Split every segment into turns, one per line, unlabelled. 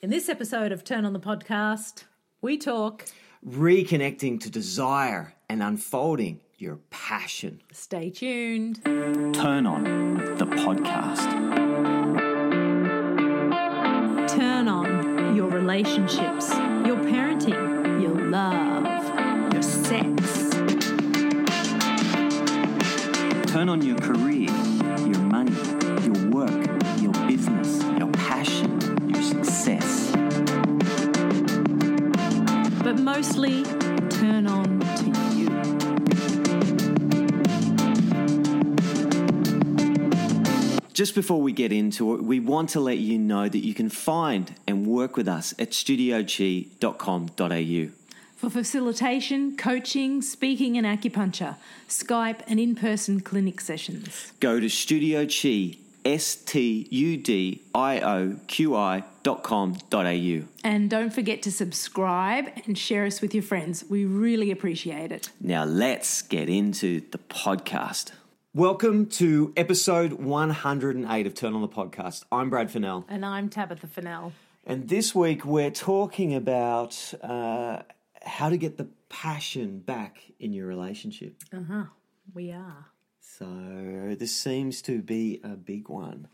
In this episode of Turn on the Podcast, we talk.
reconnecting to desire and unfolding your passion.
Stay tuned.
Turn on the podcast.
Turn on your relationships, your parenting, your love, your sex.
Turn on your career, your money, your work, your business, your passion, your success.
but mostly turn on to you.
Just before we get into it, we want to let you know that you can find and work with us at studiochi.com.au.
For facilitation, coaching, speaking, and acupuncture, Skype and in person clinic sessions.
Go to studiochi, S T U D I O Q I dot com dot au.
And don't forget to subscribe and share us with your friends. We really appreciate it.
Now let's get into the podcast. Welcome to episode 108 of Turn on the Podcast. I'm Brad Fennell.
And I'm Tabitha Fennell.
And this week we're talking about uh, how to get the passion back in your relationship.
Uh huh. We are.
So this seems to be a big one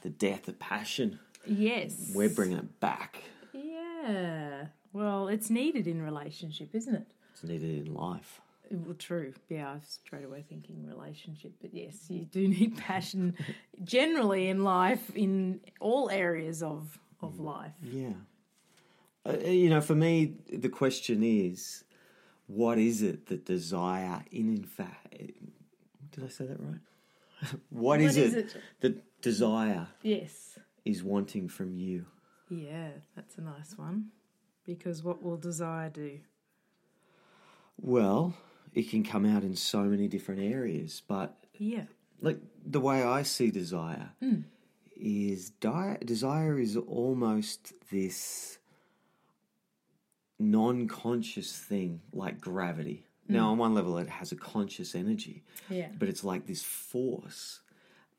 the death of passion.
Yes.
We're bringing it back.
yeah. Well, it's needed in relationship, isn't it?
It's needed in life.
Well, true. Yeah, I was straight away thinking relationship, but yes, you do need passion generally in life, in all areas of of
Mm.
life.
Yeah. Uh, you know, for me, the question is what is it that desire in, in fact. eh, Did I say that right? what is,
is
it
it?
that desire
Yes.
is wanting from you?
Yeah, that's a nice one. Because what will desire do?
Well, it can come out in so many different areas, but
Yeah.
like the way I see desire is di- desire is almost this non-conscious thing like gravity. Now, on one level, it has a conscious energy,
Yeah.
but it's like this force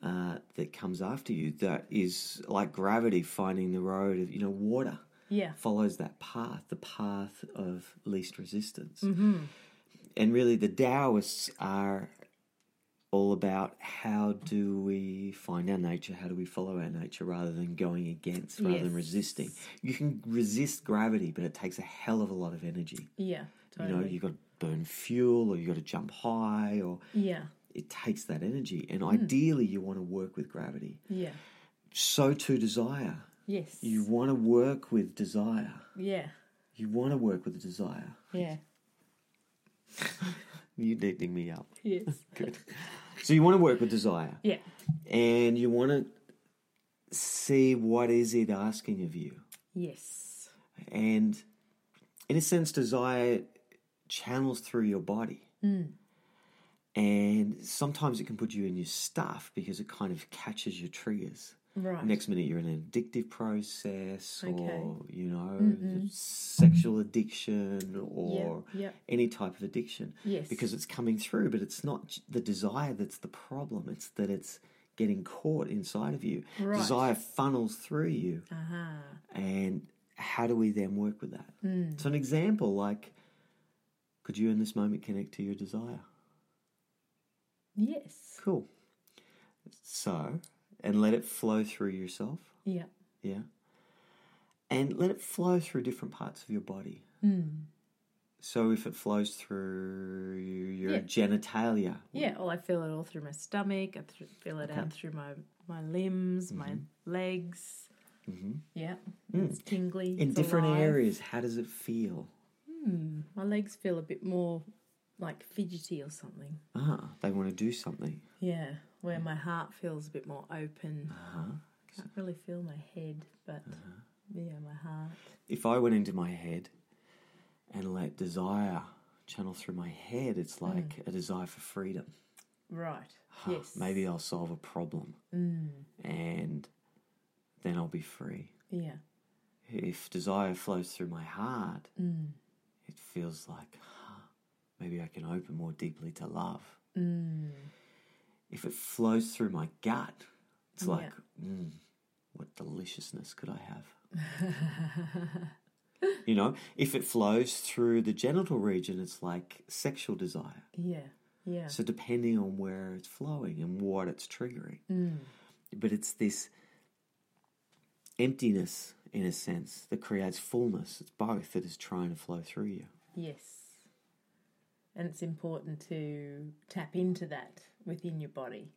uh, that comes after you that is like gravity finding the road of you know water
Yeah.
follows that path, the path of least resistance.
Mm-hmm.
And really, the Taoists are all about how do we find our nature, how do we follow our nature rather than going against, rather
Yes.
than resisting. You can resist gravity, but it takes a hell of a lot of energy.
Yeah.
You know,
Totally.
you've got to burn fuel or you've got to jump high or
yeah.
it takes that energy.
Hmm.
And ideally, you want to work with gravity.
Yeah.
So too, desire.
Yes.
You want to work with desire.
Yeah.
You want to work with a desire.
Yeah.
You're neatening me up.
Yes.
So you want to work with desire,
yeah.
and you want to see what is it asking of you,
Yes.
and in a sense, desire channels through your body, and sometimes it can put you in your stuff because it kind of catches your triggers.
Right.
Next minute, you're in an addictive process, or
Okay.
you know, sexual addiction, or
yep.
any type of addiction.
Yes.
because it's coming through, but it's not j- the desire that's the problem. It's that it's getting caught inside of you.
Right.
Desire funnels through you,
Uh-huh.
and how do we then work with that? So, an example like, could you in this moment connect to your desire?
Yes.
Cool. So, and let it flow through yourself.
Yeah.
Yeah. And let it flow through different parts of your body. Mm. So if it flows through your
Yeah.
genitalia,
Yeah, well, I feel it all through my stomach. I th- feel it out through my my limbs, my legs. Mm-hmm. Yeah, it's tingly.
Mm. in
it's
different
alive.
areas, how does it feel?
My legs feel a bit more like fidgety or something.
Ah, they want to do something.
Yeah, where
Mm.
my heart feels a bit more open.
Uh-huh.
Can't really feel my head, but yeah, my heart.
If I went into my head and let desire channel through my head, it's like a desire for freedom.
Right.
Huh,
yes. Mm.
Ah, Maybe I'll solve a problem and then I'll be free.
Yeah.
If desire flows through my heart,
Mm.
it feels like "Huh, maybe I can open more deeply to love.
Mm.
If it flows through my gut, it's
Yeah.
like, mm, what deliciousness could I have? you know, if it flows through the genital region, it's like sexual desire.
Yeah. Yeah.
So depending on where it's flowing and what it's triggering.
Mm.
But it's this emptiness in a sense that creates fullness. It's both that is trying to flow through you.
Yes. And it's important to tap into that within your body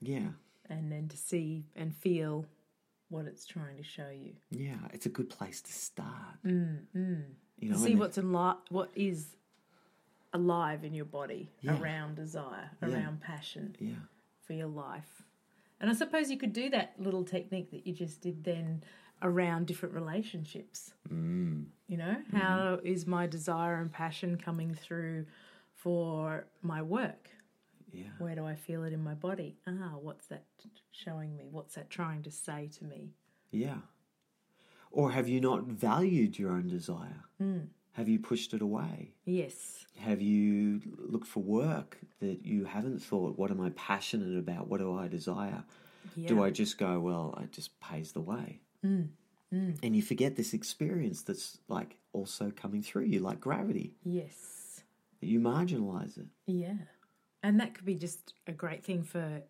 Yeah.
and then to see and feel what it's trying to show you.
Yeah. It's a good place to start. Mm, You know,
see
and-
what's alive, what is alive in your body
Yeah.
around desire,
Yeah.
around passion
Yeah.
for your life. And I suppose you could do that little technique that you just did then around different relationships. Mm. You know, how is my desire and passion coming through for my work?
Yeah.
Where do I feel it in my body? Ah, what's that showing me? What's that trying to say to me?
Yeah. Or have you not valued your own desire?
Mm.
Have you pushed it away?
Yes.
Have you looked for work that you haven't thought, what am I passionate about? What do I desire? Do I just go, well, it just pays the way?
Mm.
And you forget this experience that's like also coming through you, like gravity.
Yes.
You marginalize it.
Yeah. And that could be just a great thing for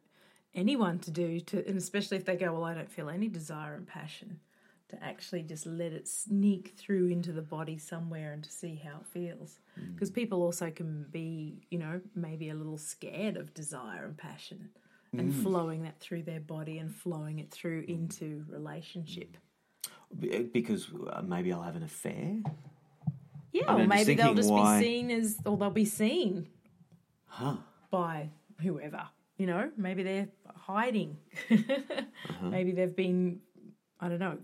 anyone to do to and especially if they go, well, I don't feel any desire and passion to actually just let it sneak through into the body somewhere and to see how it feels. Because people also can be, you know, maybe a little scared of desire and passion and flowing that through their body and flowing it through into relationship.
Be- Because uh, maybe I'll have an affair.
Yeah, or
I mean, I'm just
maybe they'll
thinking
just
why-
be seen as, or they'll be seen
Huh.
by whoever. You know, maybe they're hiding.
Uh-huh.
Maybe they've been, I don't know.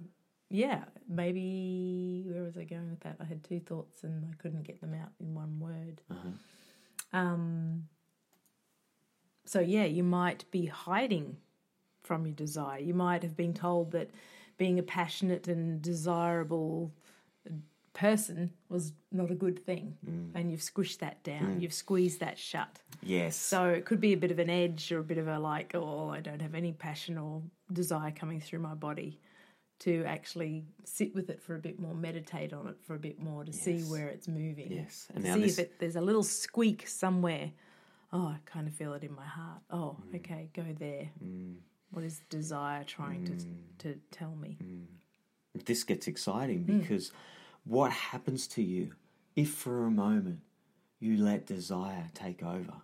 Yeah, maybe where was I going with that? I had two thoughts and I couldn't get them out in one word.
Uh-huh.
Um, so yeah, you might be hiding from your desire. You might have been told that being a passionate and desirable person was not a good thing,
Mm.
and you've squished that down. You've squeezed that shut.
Yes.
So it could be a bit of an edge or a bit of a like, oh, I don't have any passion or desire coming through my body to actually sit with it for a bit more, meditate on it for a bit more to see
Yes.
where it's moving.
Yes.
And
And now
see
this-
if it, there's a little squeak somewhere. Oh, I kind of feel it in my heart. Oh,
Mm.
okay, go there. What is desire trying
Mm.
to to tell me?
this gets exciting
Hmm.
because what happens to you if for a moment you let desire take over?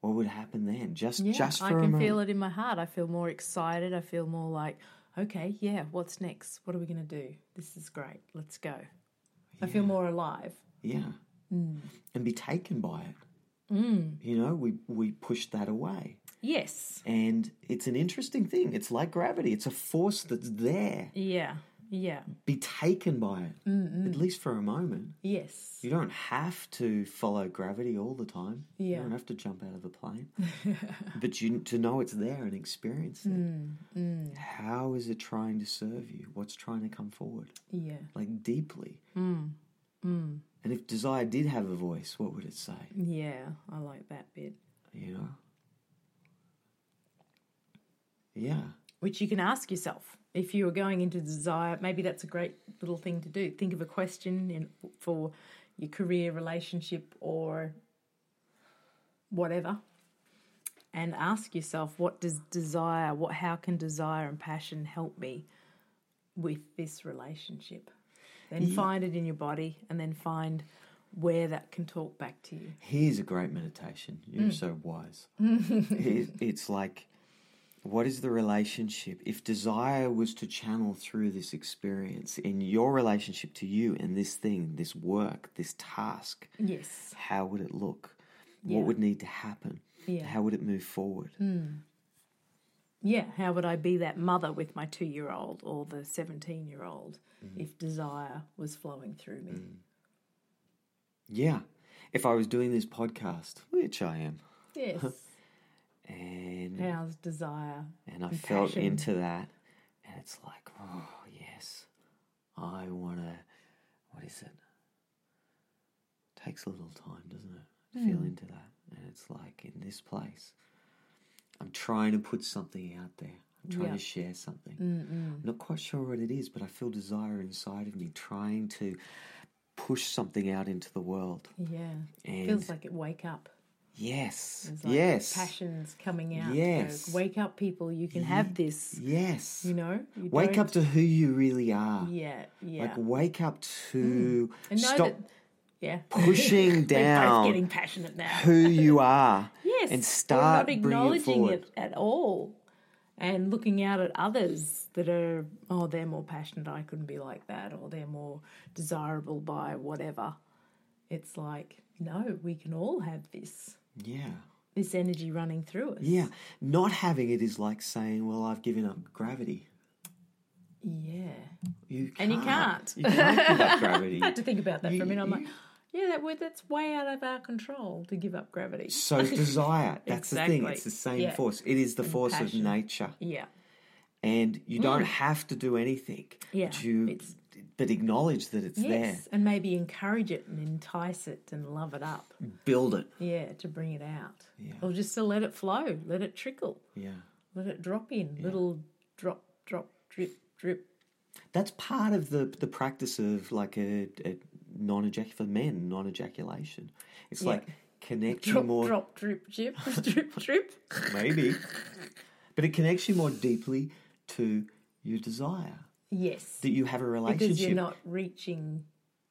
What would happen then? Just
Hmm. Yeah,
just for
I
a
can
moment.
feel it in my heart. I feel more excited. I feel more like, okay, yeah, what's next? What are we going to do? This is great. Let's go. I feel more alive.
Yeah.
Hmm.
And be taken by it. You know, we we push that away.
Yes.
And it's an interesting thing. It's like gravity. It's a force that's there.
Yeah. Yeah.
Be taken by it.
Hmm,
At least for a moment.
Yes.
You don't have to follow gravity all the time. You
Yeah.
don't have to jump out of a plane. but you to know it's there and experience it. How is it trying to serve you? What's trying to come forward?
Yeah.
Like deeply. And if desire did have a voice, what would it say?
Yeah. I like that bit.
You know? Yeah.
Which you can ask yourself if you were going into desire. Maybe that's a great little thing to do. Think of a question in, for your career, relationship, or whatever, and ask yourself, what does desire? What? How can desire and passion help me with this relationship? Then find it in your body, and then find where that can talk back to you.
Here's a great meditation. You're
Mm.
so wise. It- it's like, what is the relationship? If desire was to channel through this experience in your relationship to you and this thing, this work, this task,
Yes.
how would it look?
Yeah.
What would need to happen?
Yeah. Mm.
How would it move forward?
Yeah, how would I be that mother with my two year old or the 17 year old
Mm-hmm.
if desire was flowing through me?
Mm. Yeah. If I was doing this podcast, which I am,
Yes.
and
How's desire?
and I felt
passion.
into that, and it's like, oh yes, I wanna. What is it? Takes a little time, doesn't it? to
Hmm.
Feel into that, and it's like in this place, I'm trying to put something out there. I'm trying
Yeah.
to share something. I'm not quite sure what it is, but I feel desire inside of me trying to push something out into the world.
Yeah.
And
Feels like it wake up.
yes,
It's like
yes,
Passions coming out.
Yes.
Goes, wake up, people. You can have this.
yes.
You know. You
wake
don't-
up to who you really are.
Yeah. Yeah.
Like wake up to
Hmm. and know
stop
that. Yeah.
pushing
We're both getting
down
passionate now.
who you are.
Yes.
and start
we're not
bringing it
acknowledging
forward.
it at all. And looking out at others that are, oh, they're more passionate, I couldn't be like that, or they're more desirable by whatever. It's like, no, we can all have this,
Yeah.
this energy running through us.
Yeah. Not having it is like saying, "Well, I've given up gravity."
Yeah.
You
And you can't.
You can't give up gravity.
I had to think about that for a
You-
minute. I'm
you-
like, yeah, that would, that's way out of our control to give up gravity.
So desire, that's the thing.
Exactly.
It's the same
Yeah.
force. It is the force
passion.
of nature,
Yeah.
and you don't have to do anything.
Yeah,
But you,
it's-
but acknowledge that it's there.
Yes. And maybe encourage it and entice it and love it up.
Build it.
Yeah, to bring it out.
Yeah.
Or just to let it flow, let it trickle,
Yeah.
let it drop in, little drop, drop, drip, drip.
That's part of the the practice of like a, a non ejac for men non ejaculation. It's like connecting
Drop,
more
drop, drip, drip, drip, drip.
maybe, but it connects you more deeply to your desire
Yes.
that you have a
Because
relationship
you're not reaching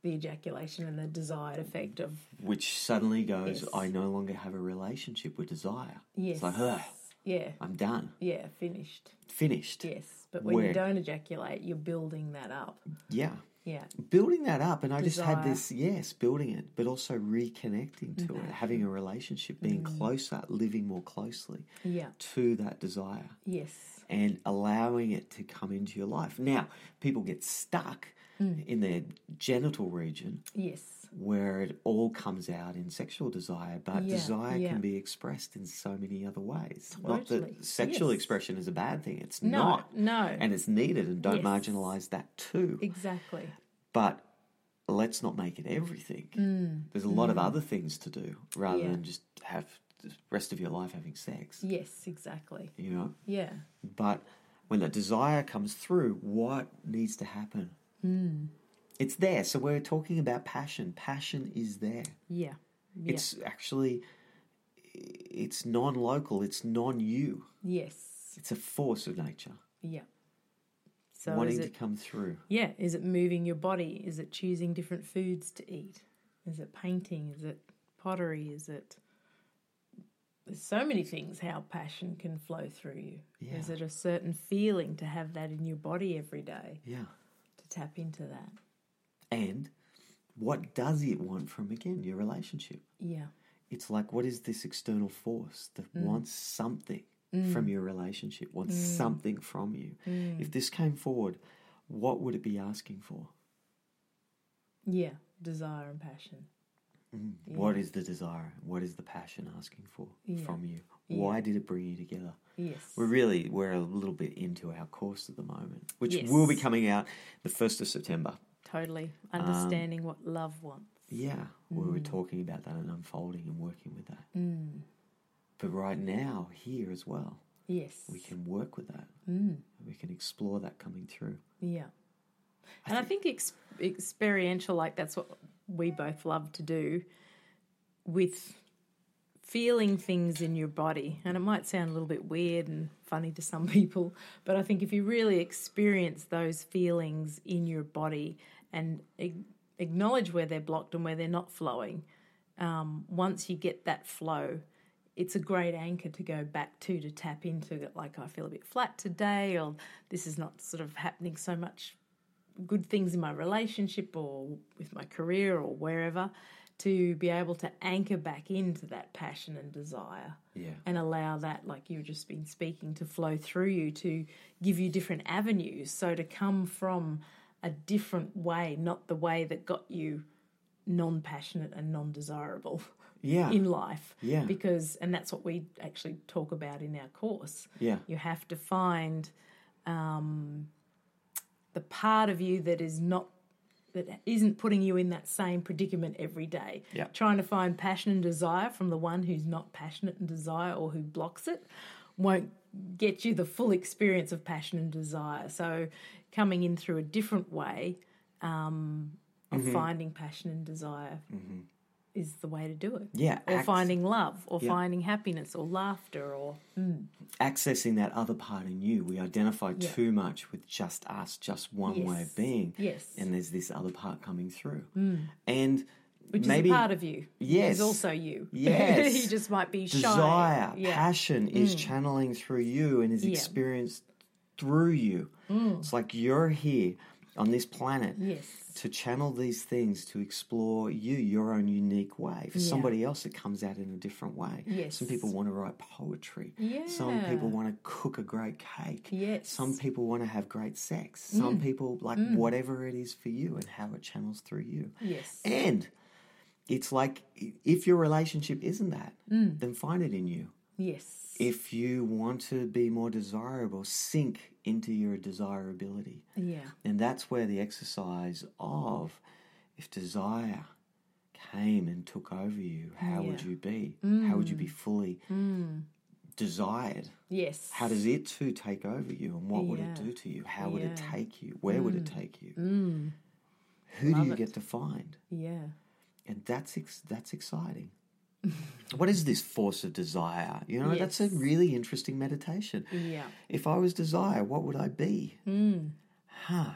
the ejaculation and the desired effect of
which suddenly goes.
Yes.
I no longer have a relationship with desire.
yes.
It's like, ugh,
yeah.
I'm done,
Yeah, finished.
finished.
Yes. But when
Where-
you don't ejaculate, you're building that up.
Yeah.
Yeah.
Building that up, and I just had
Desire.
this, yes, building it, but also reconnecting to
Mm-hmm.
it, having a relationship, being closer, living more closely
Yeah.
to that desire.
Yes.
and allowing it to come into your life. Now, people get stuck
Mm.
in their genital region
Yes.
where it all comes out in sexual desire, but
Yeah,
desire
yeah.
can be expressed in so many other ways. Not
Totally,
that sexual
yes.
expression is a bad thing, it's
No.
not.
No.
And it's needed, and don't
Yes.
marginalize that too.
exactly.
But let's not make it everything. There's a lot of other things to do rather
Mm, Yeah.
than just have the rest of your life having sex,
Yes, exactly.
you know?
Yeah.
But when that desire comes through, what needs to happen?
Hmm.
It's there. So we're talking about passion. Passion is there.
Yeah. Yeah.
It's actually it's non-local. It's non-you.
Yes.
It's a force of nature
Yeah. So
wanting
is
to
it
come through.
yeah, is it moving your body? Is it choosing different foods to eat? Is it painting? Is it pottery? Is it there's so many things how passion can flow through you. Is
Yeah.
it a certain feeling to have that in your body every day?
Yeah.
To tap into that.
And what does it want from again your relationship?
Yeah.
It's like what is this external force that
Mm.
wants something from your relationship? Wants something from you.
Mm.
If this came forward, what would it be asking for?
Yeah. Desire and passion.
What is the desire? What is the passion asking for
Yeah.
from you? Why did it bring you together?
Yes.
We're really we're a little bit into our course at the moment, which will be
Yes.
coming out the first of September.
Totally.
Um,
Understanding what love wants.
Yeah, we
Mm.
were talking about that and unfolding and working with that. But right now, here as well,
Yes.
we can work with that.
Mm.
We can explore that coming through.
Yeah. And I think ex- experiential, like that's what we both love to do with feeling things in your body. And it might sound a little bit weird and funny to some people, but I think if you really experience those feelings in your body and ag- acknowledge where they're blocked and where they're not flowing, um, once you get that flow, it's a great anchor to go back to to tap into it. Like, I feel a bit flat today, or this is not sort of happening so much good things in my relationship or with my career or wherever. To be able to anchor back into that passion and desire
Yeah.
and allow that, like you've just been speaking, to flow through you to give you different avenues. So to come from a different way, not the way that got you non passionate and non desirable
Yeah.
in life.
Yeah.
Because, and that's what we actually talk about in our course.
yeah.
You have to find um, the part of you that is not that isn't putting you in that same predicament every day.
Yeah.
Trying to find passion and desire from the one who's not passionate and desire or who blocks it won't get you the full experience of passion and desire. So coming in through a different way um, of
Mm-hmm.
finding passion and desire is the way to do it.
Yeah,
Or
act-
finding love, or
Yeah.
finding happiness, or laughter, or
accessing that other part in you. We identify
Yeah.
too much with just us, just one way
Yes.
of being.
Yes. Mm.
And there's this other part coming through. And
which
maybe
is a part of you.
Yes.
is also you.
Yes.
you just might be shy.
desire,
Yeah. Mm.
passion is channeling through you and is
Yeah. Mm.
experienced through you. It's like you're here on this planet
Yes.
to channel these things to explore you your own unique way for
Yeah.
somebody else it comes out in a different way
Yes.
some people want to write poetry some
Yeah.
people want to cook a great cake
Yes. Mm.
some people want to have great sex some people like whatever it is for you and how it channels through you
Yes.
and it's like i- if your relationship isn't that
Mm.
then find it in you
Yes.
if you want to be more desirable sink into your desirability
Yeah.
and that's where the exercise of if desire came and took over you, how would
Yeah. Mm.
you be? How would you be fully desired?
Yes.
How does it too take over you and what would it
Yeah.
do to you? How would it
Yeah. Mm.
take you? Where would it take you? Who do you get to find?
Yeah.
And that's ex- that's exciting. what is this force of desire? You know, that's a
Yes.
really interesting meditation.
Yeah.
If I was desire, what would I be?
Hmm.
Huh.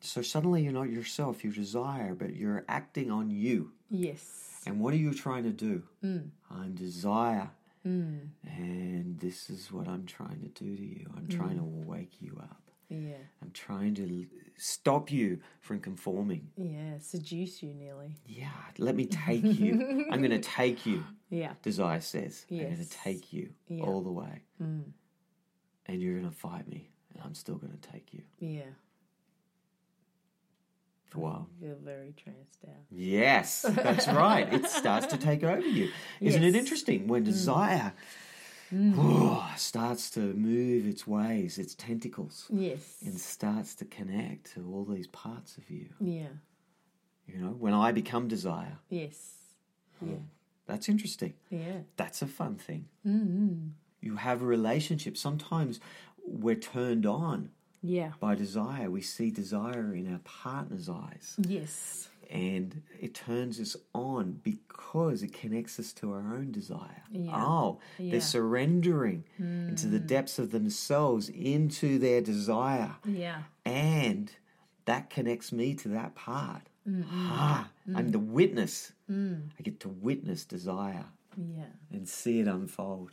So suddenly you're not yourself, you're desire, but you're acting on you.
Yes.
And what are you trying to do?
Hmm.
I'm desire. And this is what I'm trying to do to you. I'm
Hmm.
trying to wake you up.
Yeah.
I'm trying to l- stop you from conforming.
Yeah. Seduce you nearly.
Yeah, let me take you. I'm going to take you,
Yeah.
desire says. I'm going to
Yes.
take you
Yeah. Hmm.
all the way. And you're going to fight me, and I'm still going to take you.
Yeah.
Wow.
You're very tranced out.
Yes, that's right. It starts to take over you. Isn't it
Yes. Hmm.
interesting when desire oh, starts to move its ways, its tentacles,
Yes.
and starts to connect to all these parts of you?
Yeah.
You know, when I become desire,
Yes. Yeah.
that's interesting.
Yeah.
That's a fun thing. mm
Mm-hmm.
You have a relationship. Sometimes we're turned on
Yeah.
by desire, we see desire in our partner's eyes.
Yes.
and it turns us on because it connects us to our own desire.
Yeah.
Oh,
Yeah. Hmm.
they're surrendering into the depths of themselves, into their desire,
Yeah.
and that connects me to that part.
Mm-hmm.
Ah,
Mm.
I'm the witness. I get to witness desire
Yeah.
and see it unfold.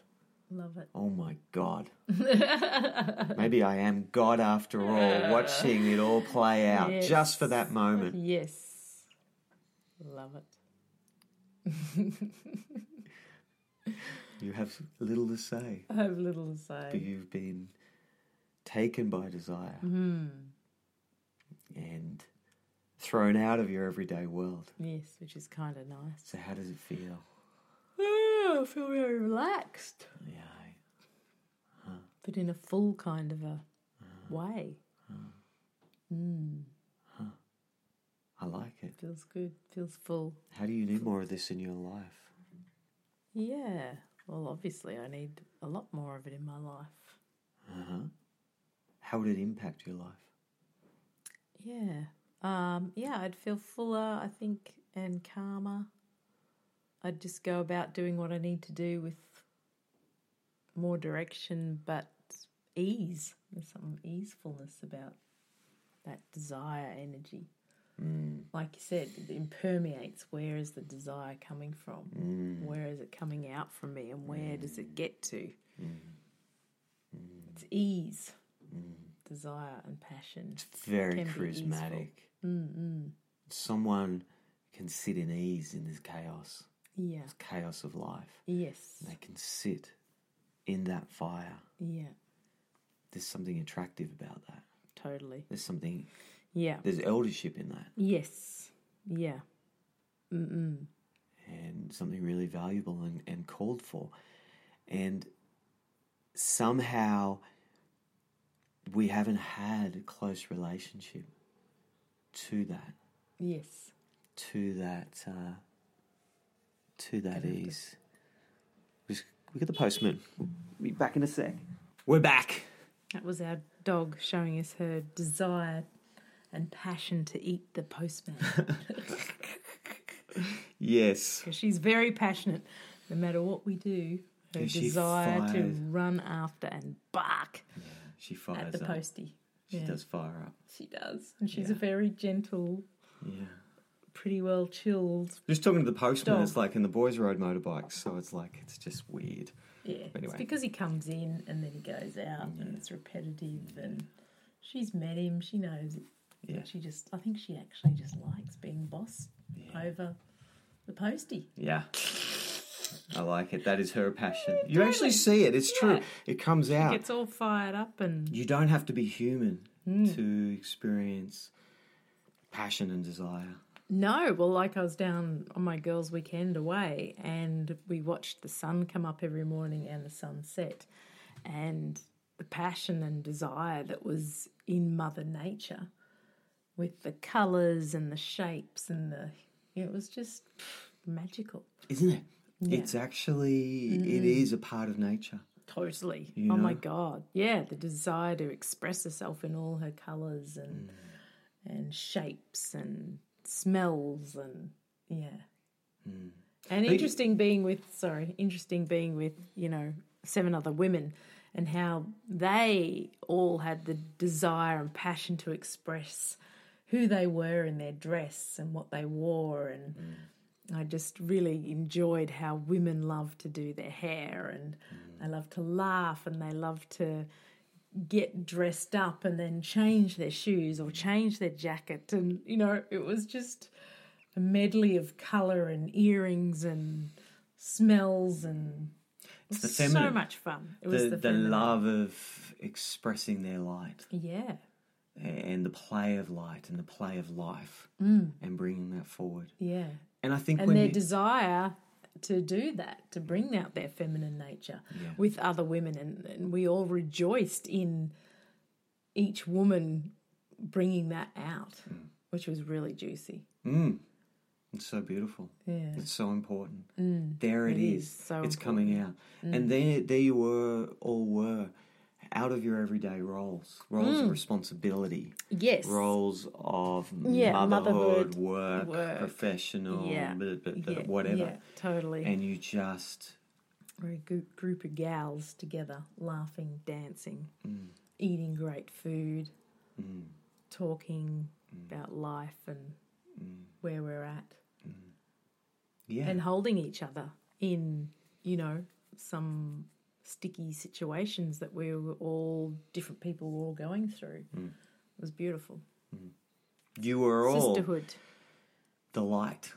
Love it.
Oh my God. Maybe I am God after all, watching it all play out just for that moment.
Yes. Love it.
You have little to say.
I have little to
but
say.
you've been taken by desire and thrown out of your everyday world.
Yes, which is kind of nice.
So how does it feel?
Oh, I feel very relaxed,
Yeah.
but in a full kind of a way. Mm,
I like it.
Feels good. Feels full.
How do you need more of this in your life?
Yeah. Well, obviously, I need a lot more of it in my life.
Uh-huh. How would it impact your life?
Yeah. Um, yeah, I'd feel fuller, I think, and calmer. I'd just go about doing what I need to do with more direction, but ease. There's some easefulness about that desire energy. Like you said, it permeates. Where is the desire coming from? Where is it coming out from me? And where does it get to? It's ease, desire, and passion.
It's very
Can be
charismatic. Someone can sit in ease in this chaos,
Yeah.
this chaos of life.
Yes.
They can sit in that fire.
Yeah.
There's something attractive about that.
Totally.
There's something,
Yeah.
there's eldership in that.
Yes. Yeah.
and something really valuable and, and called for. And somehow we haven't had a close relationship to that,
Yes.
to that, uh, to that ease. Just- We got the postman. We'll be back in a sec. We're back.
That was our dog showing us her desire and passion to eat the postman.
Yes.
'Cause she's very passionate. No matter what we do, her
Yeah, she
desire to
fires.
run after and bark
She fires
at the
up.
postie.
She
Yeah.
does fire up.
She does. And she's a very gentle,
Yeah.
pretty well chilled.
Just talking to the postman,
Dog.
it's like, and the boys ride motorbikes, so it's like, it's just weird.
Yeah. It's
Anyway.
because he comes in and then he goes out and it's repetitive and she's met him, she knows it.
Yeah.
She just I think she actually just likes being boss over the postie.
Yeah. I like it. That is her passion. You actually see it. It's true.
Yeah.
It comes out.
Gets Hmm. all fired up and
You don't have to be human to experience passion and desire.
No, well, like I was down on my girls' weekend away, and we watched the sun come up every morning and the sun set, and the passion and desire that was in Mother Nature, with the colours and the shapes and the, it was just magical.
Isn't it? It's actually, it
Mm-hmm.
is a part of nature.
Totally. Oh my god. Yeah, the desire to express herself in all her colours and and shapes and smells and yeah. And interesting being with sorry, interesting being with, you know, seven other women and how they all had the desire and passion to express who they were in their dress and what they wore and I just really enjoyed how women love to do their hair and
Mm.
they love to laugh and they love to get dressed up and then change their shoes
Mm.
or change their jacket. And, you know, it was just a medley of colour and earrings and smells and
It's the
so
feminine.
much fun. It was
The,
the,
the,
feminine.
love of expressing their light
Yeah,
and the play of light and the play of life and bringing that forward.
yeah.
And I think
Mm. And
when
their
you,
desire to do that, to bring out their feminine nature with other women. And, and we all rejoiced in each woman bringing that out,
Hmm.
which was really juicy.
it's so beautiful.
Yeah.
It's so important. there it
Mm. is
is.
so Mm.
it's coming out. And there, there you were, all were, out of your everyday roles, roles
Mm.
of responsibility,
Yes.
roles of
Yeah, motherhood,
motherhood, work,
work.
professional,
Yeah.
blah, blah, blah,
Yeah,
whatever.
Yeah, totally.
And you just,
We're a gou- group of gals together, laughing, dancing,
Hmm.
eating great food, talking
Hmm.
about life and where we're at.
yeah,
and holding each other in you know some sticky situations that we were all different people were all going through it was beautiful
you Hmm. were all
sisterhood
the light.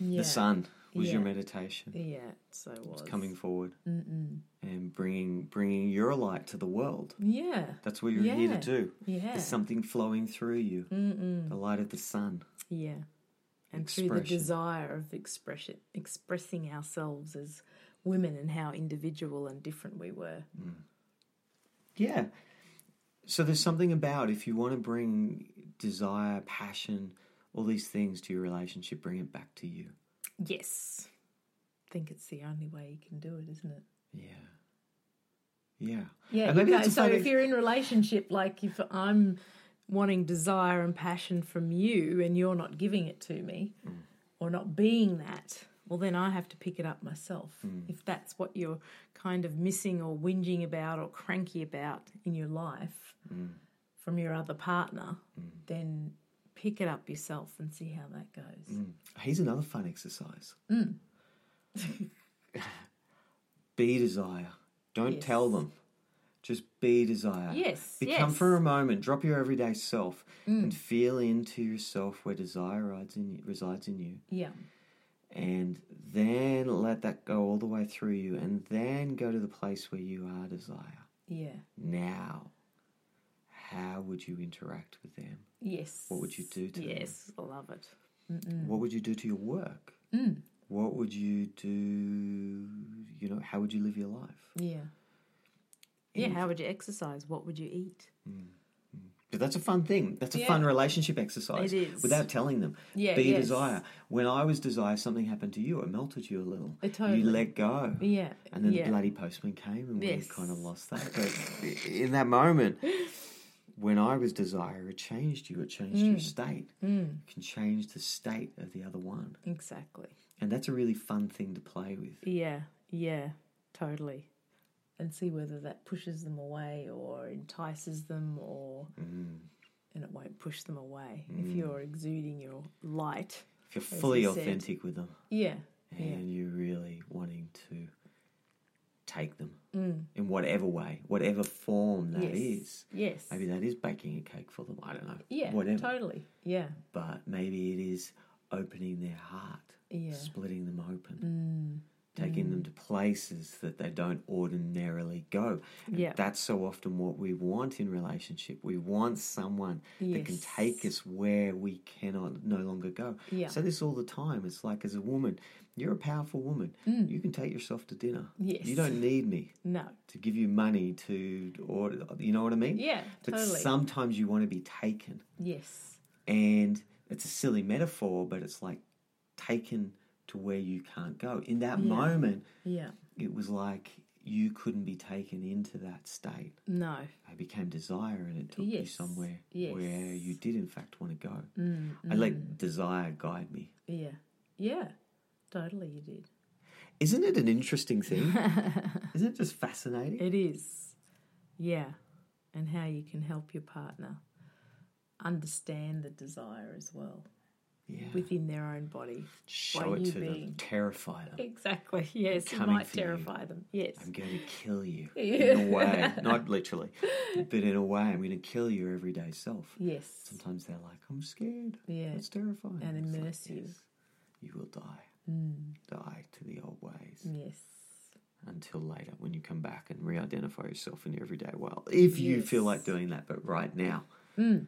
yeah
The sun was your
Yeah.
meditation.
yeah so it was
It's coming forward and bringing bringing your light to the world.
yeah
That's what you're here to
Yeah.
do.
yeah
There's something flowing through you. Mm-mm. The light of the sun.
yeah and through the
Expression.
desire of expression expressing ourselves as women and how individual and different we were
Hmm. Yeah. So there's something about if you want to bring desire, passion, all these things to your relationship, bring it back to you.
yes i think it's the only way you can do it isn't it
Yeah. Yeah.
Yeah,
And
you
maybe
go,
that's a
so
fun
if
ex-
you're in a relationship, like if I'm wanting desire and passion from you and you're not giving it to me
Mm.
or not being that, well, then I have to pick it up myself.
Mm.
If that's what you're kind of missing or whinging about or cranky about in your life
Mm.
from your other partner, then pick it up yourself and see how that goes.
Mm. Here's another fun exercise.
Mm.
be desire. Don't
Yes.
tell them. Just be desire.
Yes,
Become
yes. Mm.
for a moment. Drop your everyday self and feel into yourself where desire resides in you, resides in you.
Yeah.
And then let that go all the way through you. And then go to the place where you are desire.
Yeah.
Now, how would you interact with them?
Yes. What
would you do to them?
Yes, I love it. Mm.
What would you do to your work? What would you do? You know, how would you live your life?
Yeah. Yeah, how would you exercise? What would you eat?
But that's a fun thing. That's a
Yeah.
fun relationship exercise.
It is.
Without telling them.
Yeah,
Be
yes.
desire. When I was desire, something happened to you. It melted you a little.
It totally-
You let go.
Yeah.
And then
yeah.
the bloody postman came and
Yes.
we kind of lost that. But in that moment, when I was desire, it changed you. It changed
Mm.
your state. It can change the state of the other one.
Exactly.
And that's a really fun thing to play with.
Yeah, yeah, totally. And see whether that pushes them away or entices them or.
Mm.
And it won't push them away if you're exuding your light.
If you're
As
fully
you said.
authentic with them
Yeah, yeah,
and you're really wanting to take them in whatever way, whatever form that
Mm. Yes.
is.
yes.
Maybe that is baking a cake for them. I don't know.
yeah,
Whatever.
totally. Yeah,
But maybe it is opening their heart,
Yeah. Mm.
splitting them open, taking them to places that they don't ordinarily go. And
Yeah.
That's so often what we want in relationship. We want someone that can take
Yes.
us where we cannot no longer go.
Yeah.
So this all the time. It's like as a woman, you're a powerful woman. You can take yourself to dinner.
Mm. Yes.
You don't need me
no.
to give you money to order. You know what I mean?
Yeah,
But
totally.
sometimes you want to be taken
Yes,
and it's a silly metaphor, but it's like taken to where you can't go. In that moment,
yeah,
it was like you couldn't be taken into that state.
no.
I became desire, and it took you
Yes,
somewhere
yes. Mm,
where you did, in fact, want to go. I let desire guide me.
Yeah, yeah, totally. You did.
Isn't it an interesting thing? Isn't it just fascinating?
It is. Yeah. And how you can help your partner understand the desire as well
yeah.
within their own body.
Show it
you
to them,
being-
terrify them.
Exactly. Yes. It
coming
might
for you.
terrify them. Yes.
I'm going to kill you in a way, not literally, but in a way, I'm going to kill your everyday self.
Yes.
Sometimes they're like, I'm scared.
Yeah.
That's terrifying.
And
It's like,
immerse you.
"Yes, you will die. Die to the old ways
Mm. Yes.
until later when you come back and re identify yourself in your everyday well. If you feel
Yes.
like doing that, but right now,
Mm.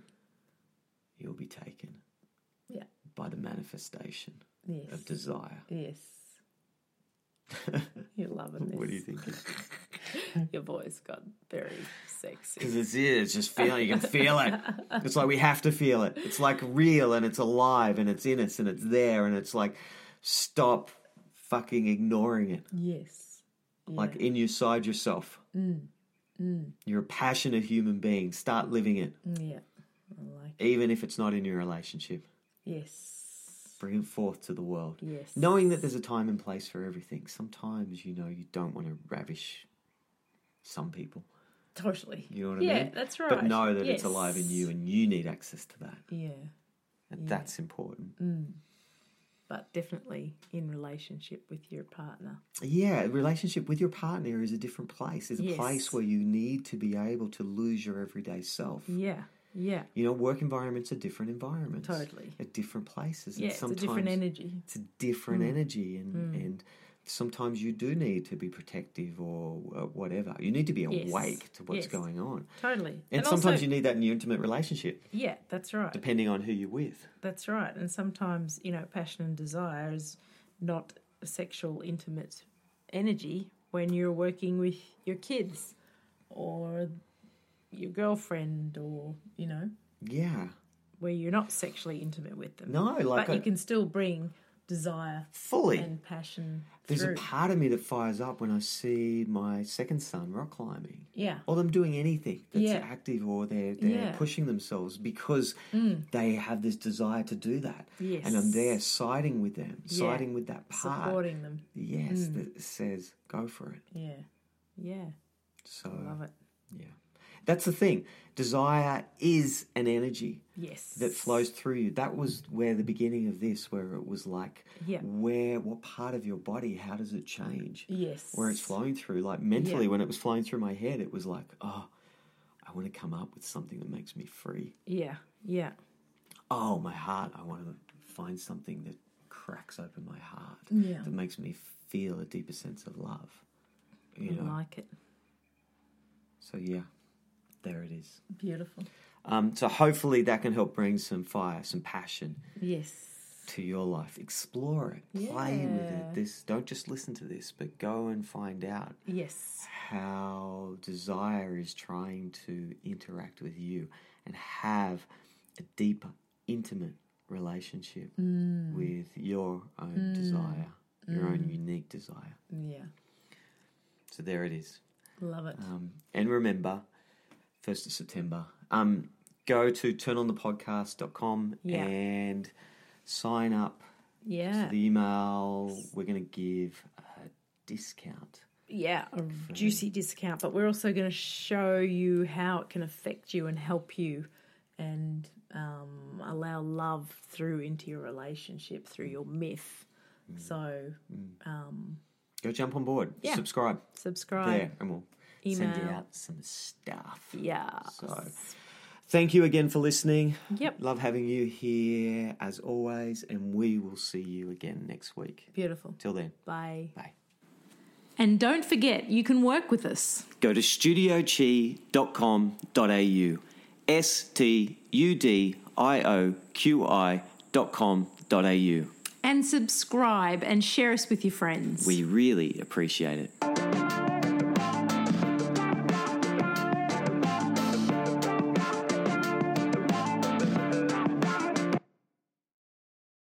you'll be taken
Yeah.
by the manifestation
Yes.
of desire.
Yes. You're loving this.
What do you think?
Your voice got very sexy.
Because it's it. It's just feel. You can feel it. It's like we have to feel it. It's like real and it's alive and it's in us and it's there and it's like stop fucking ignoring it.
Yes.
Like in your side yourself.
Mm,
You're a passionate human being. Start living it,
Yeah. I like it.
even if it's not in your relationship.
Yes.
Bring it forth to the world.
Yes.
Knowing that there's a time and place for everything. Sometimes you know you don't want to ravish some people.
Totally.
You know what I
yeah,
mean?
that's right.
But know that it's
Yes.
alive in you and you need access to that.
Yeah. Mm.
And that's important.
but definitely in relationship with your partner.
Yeah, a relationship with your partner is a different place. It's a
Yes.
place where you need to be able to lose your everyday self.
Yeah, yeah,
You know, work environments are different environments.
Totally.
At different places.
yeah.
and
It's a different mm.
sometimes
energy.
It's a different energy and and sometimes you do need to be protective or uh, whatever. You need to be
Yes.
awake to
Yes.
what's going on.
Totally.
And, sometimes you need that in your intimate relationship,
yeah, that's right.
depending on who you're with.
That's right. And sometimes you know, passion and desire is not a sexual intimate energy when you're working with your kids or your girlfriend or you know
Yeah.
where you're not sexually intimate with them.
No, like
but
I,
you can still bring desire
fully.
and passion
There's
through.
a part of me that fires up when I see my second son rock climbing.
yeah.
Or them doing anything that's
Yeah.
active or they're, they're
Yeah. Mm.
pushing themselves because they have this desire to do that.
Yes.
And I'm there siding with them,
Yeah. Mm.
siding with that part.
Supporting them.
Yes, that says go for it.
Yeah. Yeah.
So,
Love it.
yeah. That's the thing. Desire is an energy
Yes.
that flows through you. That was where the beginning of this, where it was like,
Yeah.
where, what part of your body, how does it change?
Yes.
where it's flowing through. Like mentally,
Yeah.
when it was flowing through my head, it was like, oh, I want to come up with something that makes me free.
Yeah. Yeah.
Oh, my heart, I want to find something that cracks open my heart,
Yeah.
that makes me feel a deeper sense of love. You know,
I like it.
so yeah, there it is.
Beautiful.
Um, so hopefully that can help bring some fire, some passion
Yes.
to your life. Explore it, play with
Yeah.
it. This don't just listen to this, but go and find out
Yes.
how desire is trying to interact with you and have a deeper, intimate relationship
Mm.
with your own desire, your own unique desire.
Yeah.
So there it is.
Love it.
Um, and remember, 1st of September, um, go to turnonthepodcast.com
Yeah.
and sign up
yeah.
to the email. We're going to give a discount.
yeah. A juicy discount. But we're also going to show you how it can affect you and help you and um, allow love through into your relationship through your myth.
Mm.
So
Go jump on board.
Yeah.
Subscribe
subscribe.
there, and we'll send you
Email.
out some stuff.
Yeah.
So, thank you again for listening.
Yep.
Love having you here as always, and we will see you again next week.
Beautiful.
Till then,
Bye.
bye.
And don't forget, you can work with us.
Go to studiochi.com.au. S T U D I O Q I dot com dot au.
and subscribe and share us with your friends.
We really appreciate it.